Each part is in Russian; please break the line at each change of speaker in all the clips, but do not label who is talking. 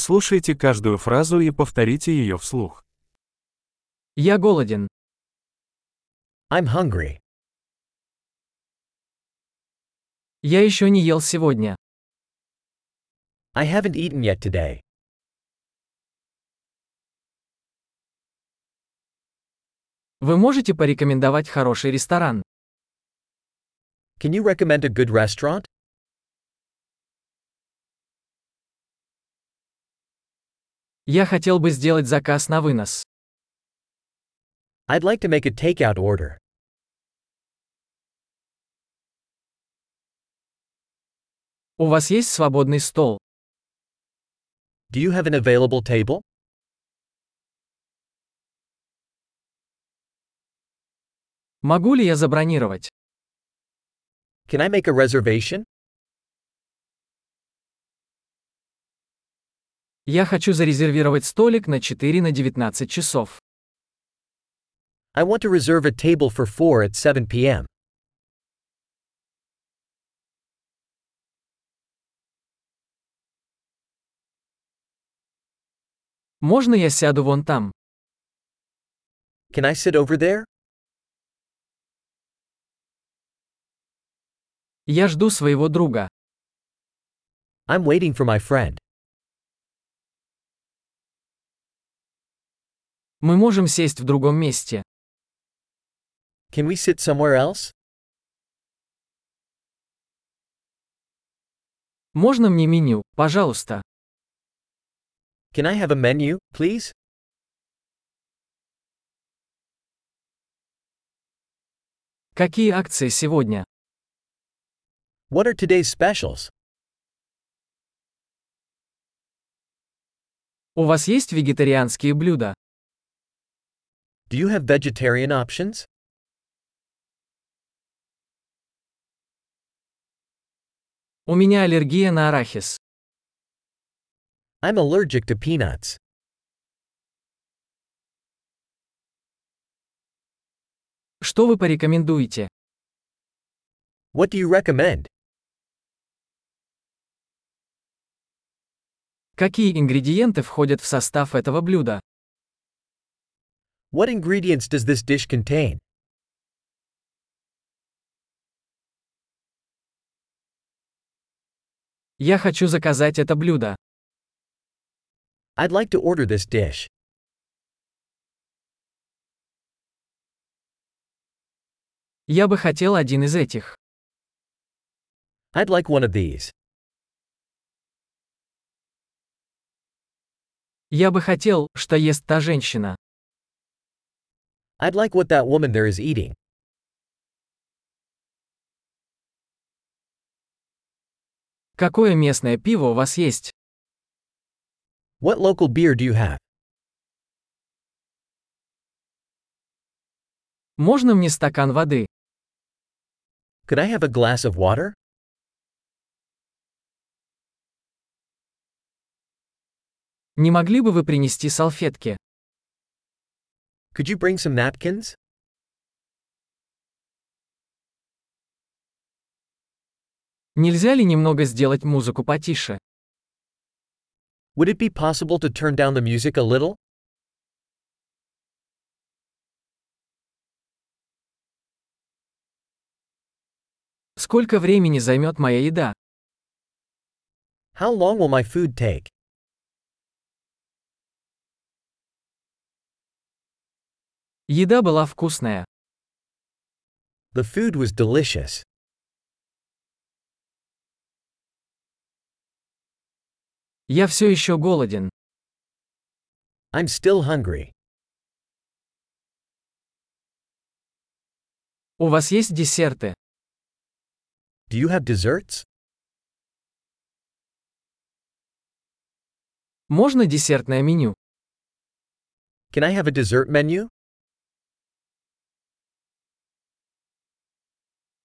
Прослушайте каждую фразу и повторите ее вслух.
Я голоден.
I'm hungry.
Я еще не ел сегодня.
I haven't eaten yet today.
Вы можете порекомендовать хороший ресторан?
Can you recommend a good restaurant?
Я хотел бы сделать заказ на вынос.
I'd like to make a takeout order.
У вас есть свободный стол?
Do you have an available table?
Могу ли я забронировать?
Can I make a reservation?
Я хочу зарезервировать столик на 4 на 19 часов.
I want to reserve a table for 4 at 7 p.m.
Можно я сяду вон там?
Can I sit over there?
Я жду своего друга.
I'm waiting for my friend.
Мы можем сесть в другом месте.
Can we sit somewhere else?
Можно мне меню, пожалуйста?
Can I have a menu, please?
Какие акции сегодня?
What are today's specials?
У вас есть вегетарианские блюда?
Do you have vegetarian options?
У меня аллергия на арахис.
I'm allergic to peanuts.
Что вы порекомендуете?
What do you recommend?
Какие ингредиенты входят в состав этого блюда?
What ingredients does this dish contain?
Я хочу заказать это блюдо.
I'd like to order this dish.
Я бы хотел один из этих.
I'd like one of these.
Я бы хотел, что ест та женщина.
I'd like what that woman there is eating.
Какое местное пиво у вас есть?
What local beer do you have?
Можно мне стакан воды?
Could I have a glass of water?
Не могли бы вы принести салфетки?
Could you bring some napkins?
Нельзя ли немного сделать музыку потише?
Would it be possible to turn down the music a little?
Сколько времени займет моя еда?
How long will my food take?
Еда была вкусная.
The food was delicious.
Я все еще голоден.
I'm still hungry.
У вас есть десерты?
Do you have desserts?
Можно десертное меню?
Can I have a dessert menu?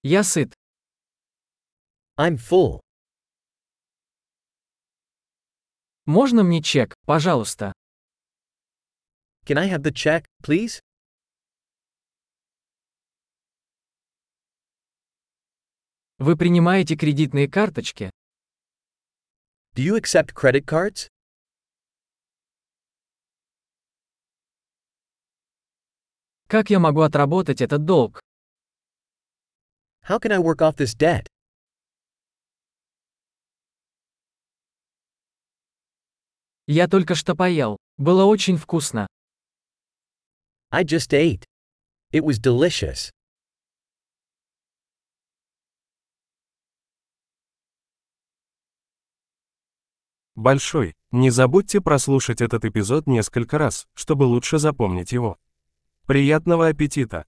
Я сыт.
I'm full.
Можно мне чек, пожалуйста?
Can I have the check, please?
Вы принимаете кредитные карточки?
Do you accept credit cards?
Как я могу отработать этот долг?
How can I work off this debt?
Я только что поел. Было очень вкусно.
I just ate. It was delicious.
Большой. Не забудьте прослушать этот эпизод несколько раз, чтобы лучше запомнить его. Приятного аппетита!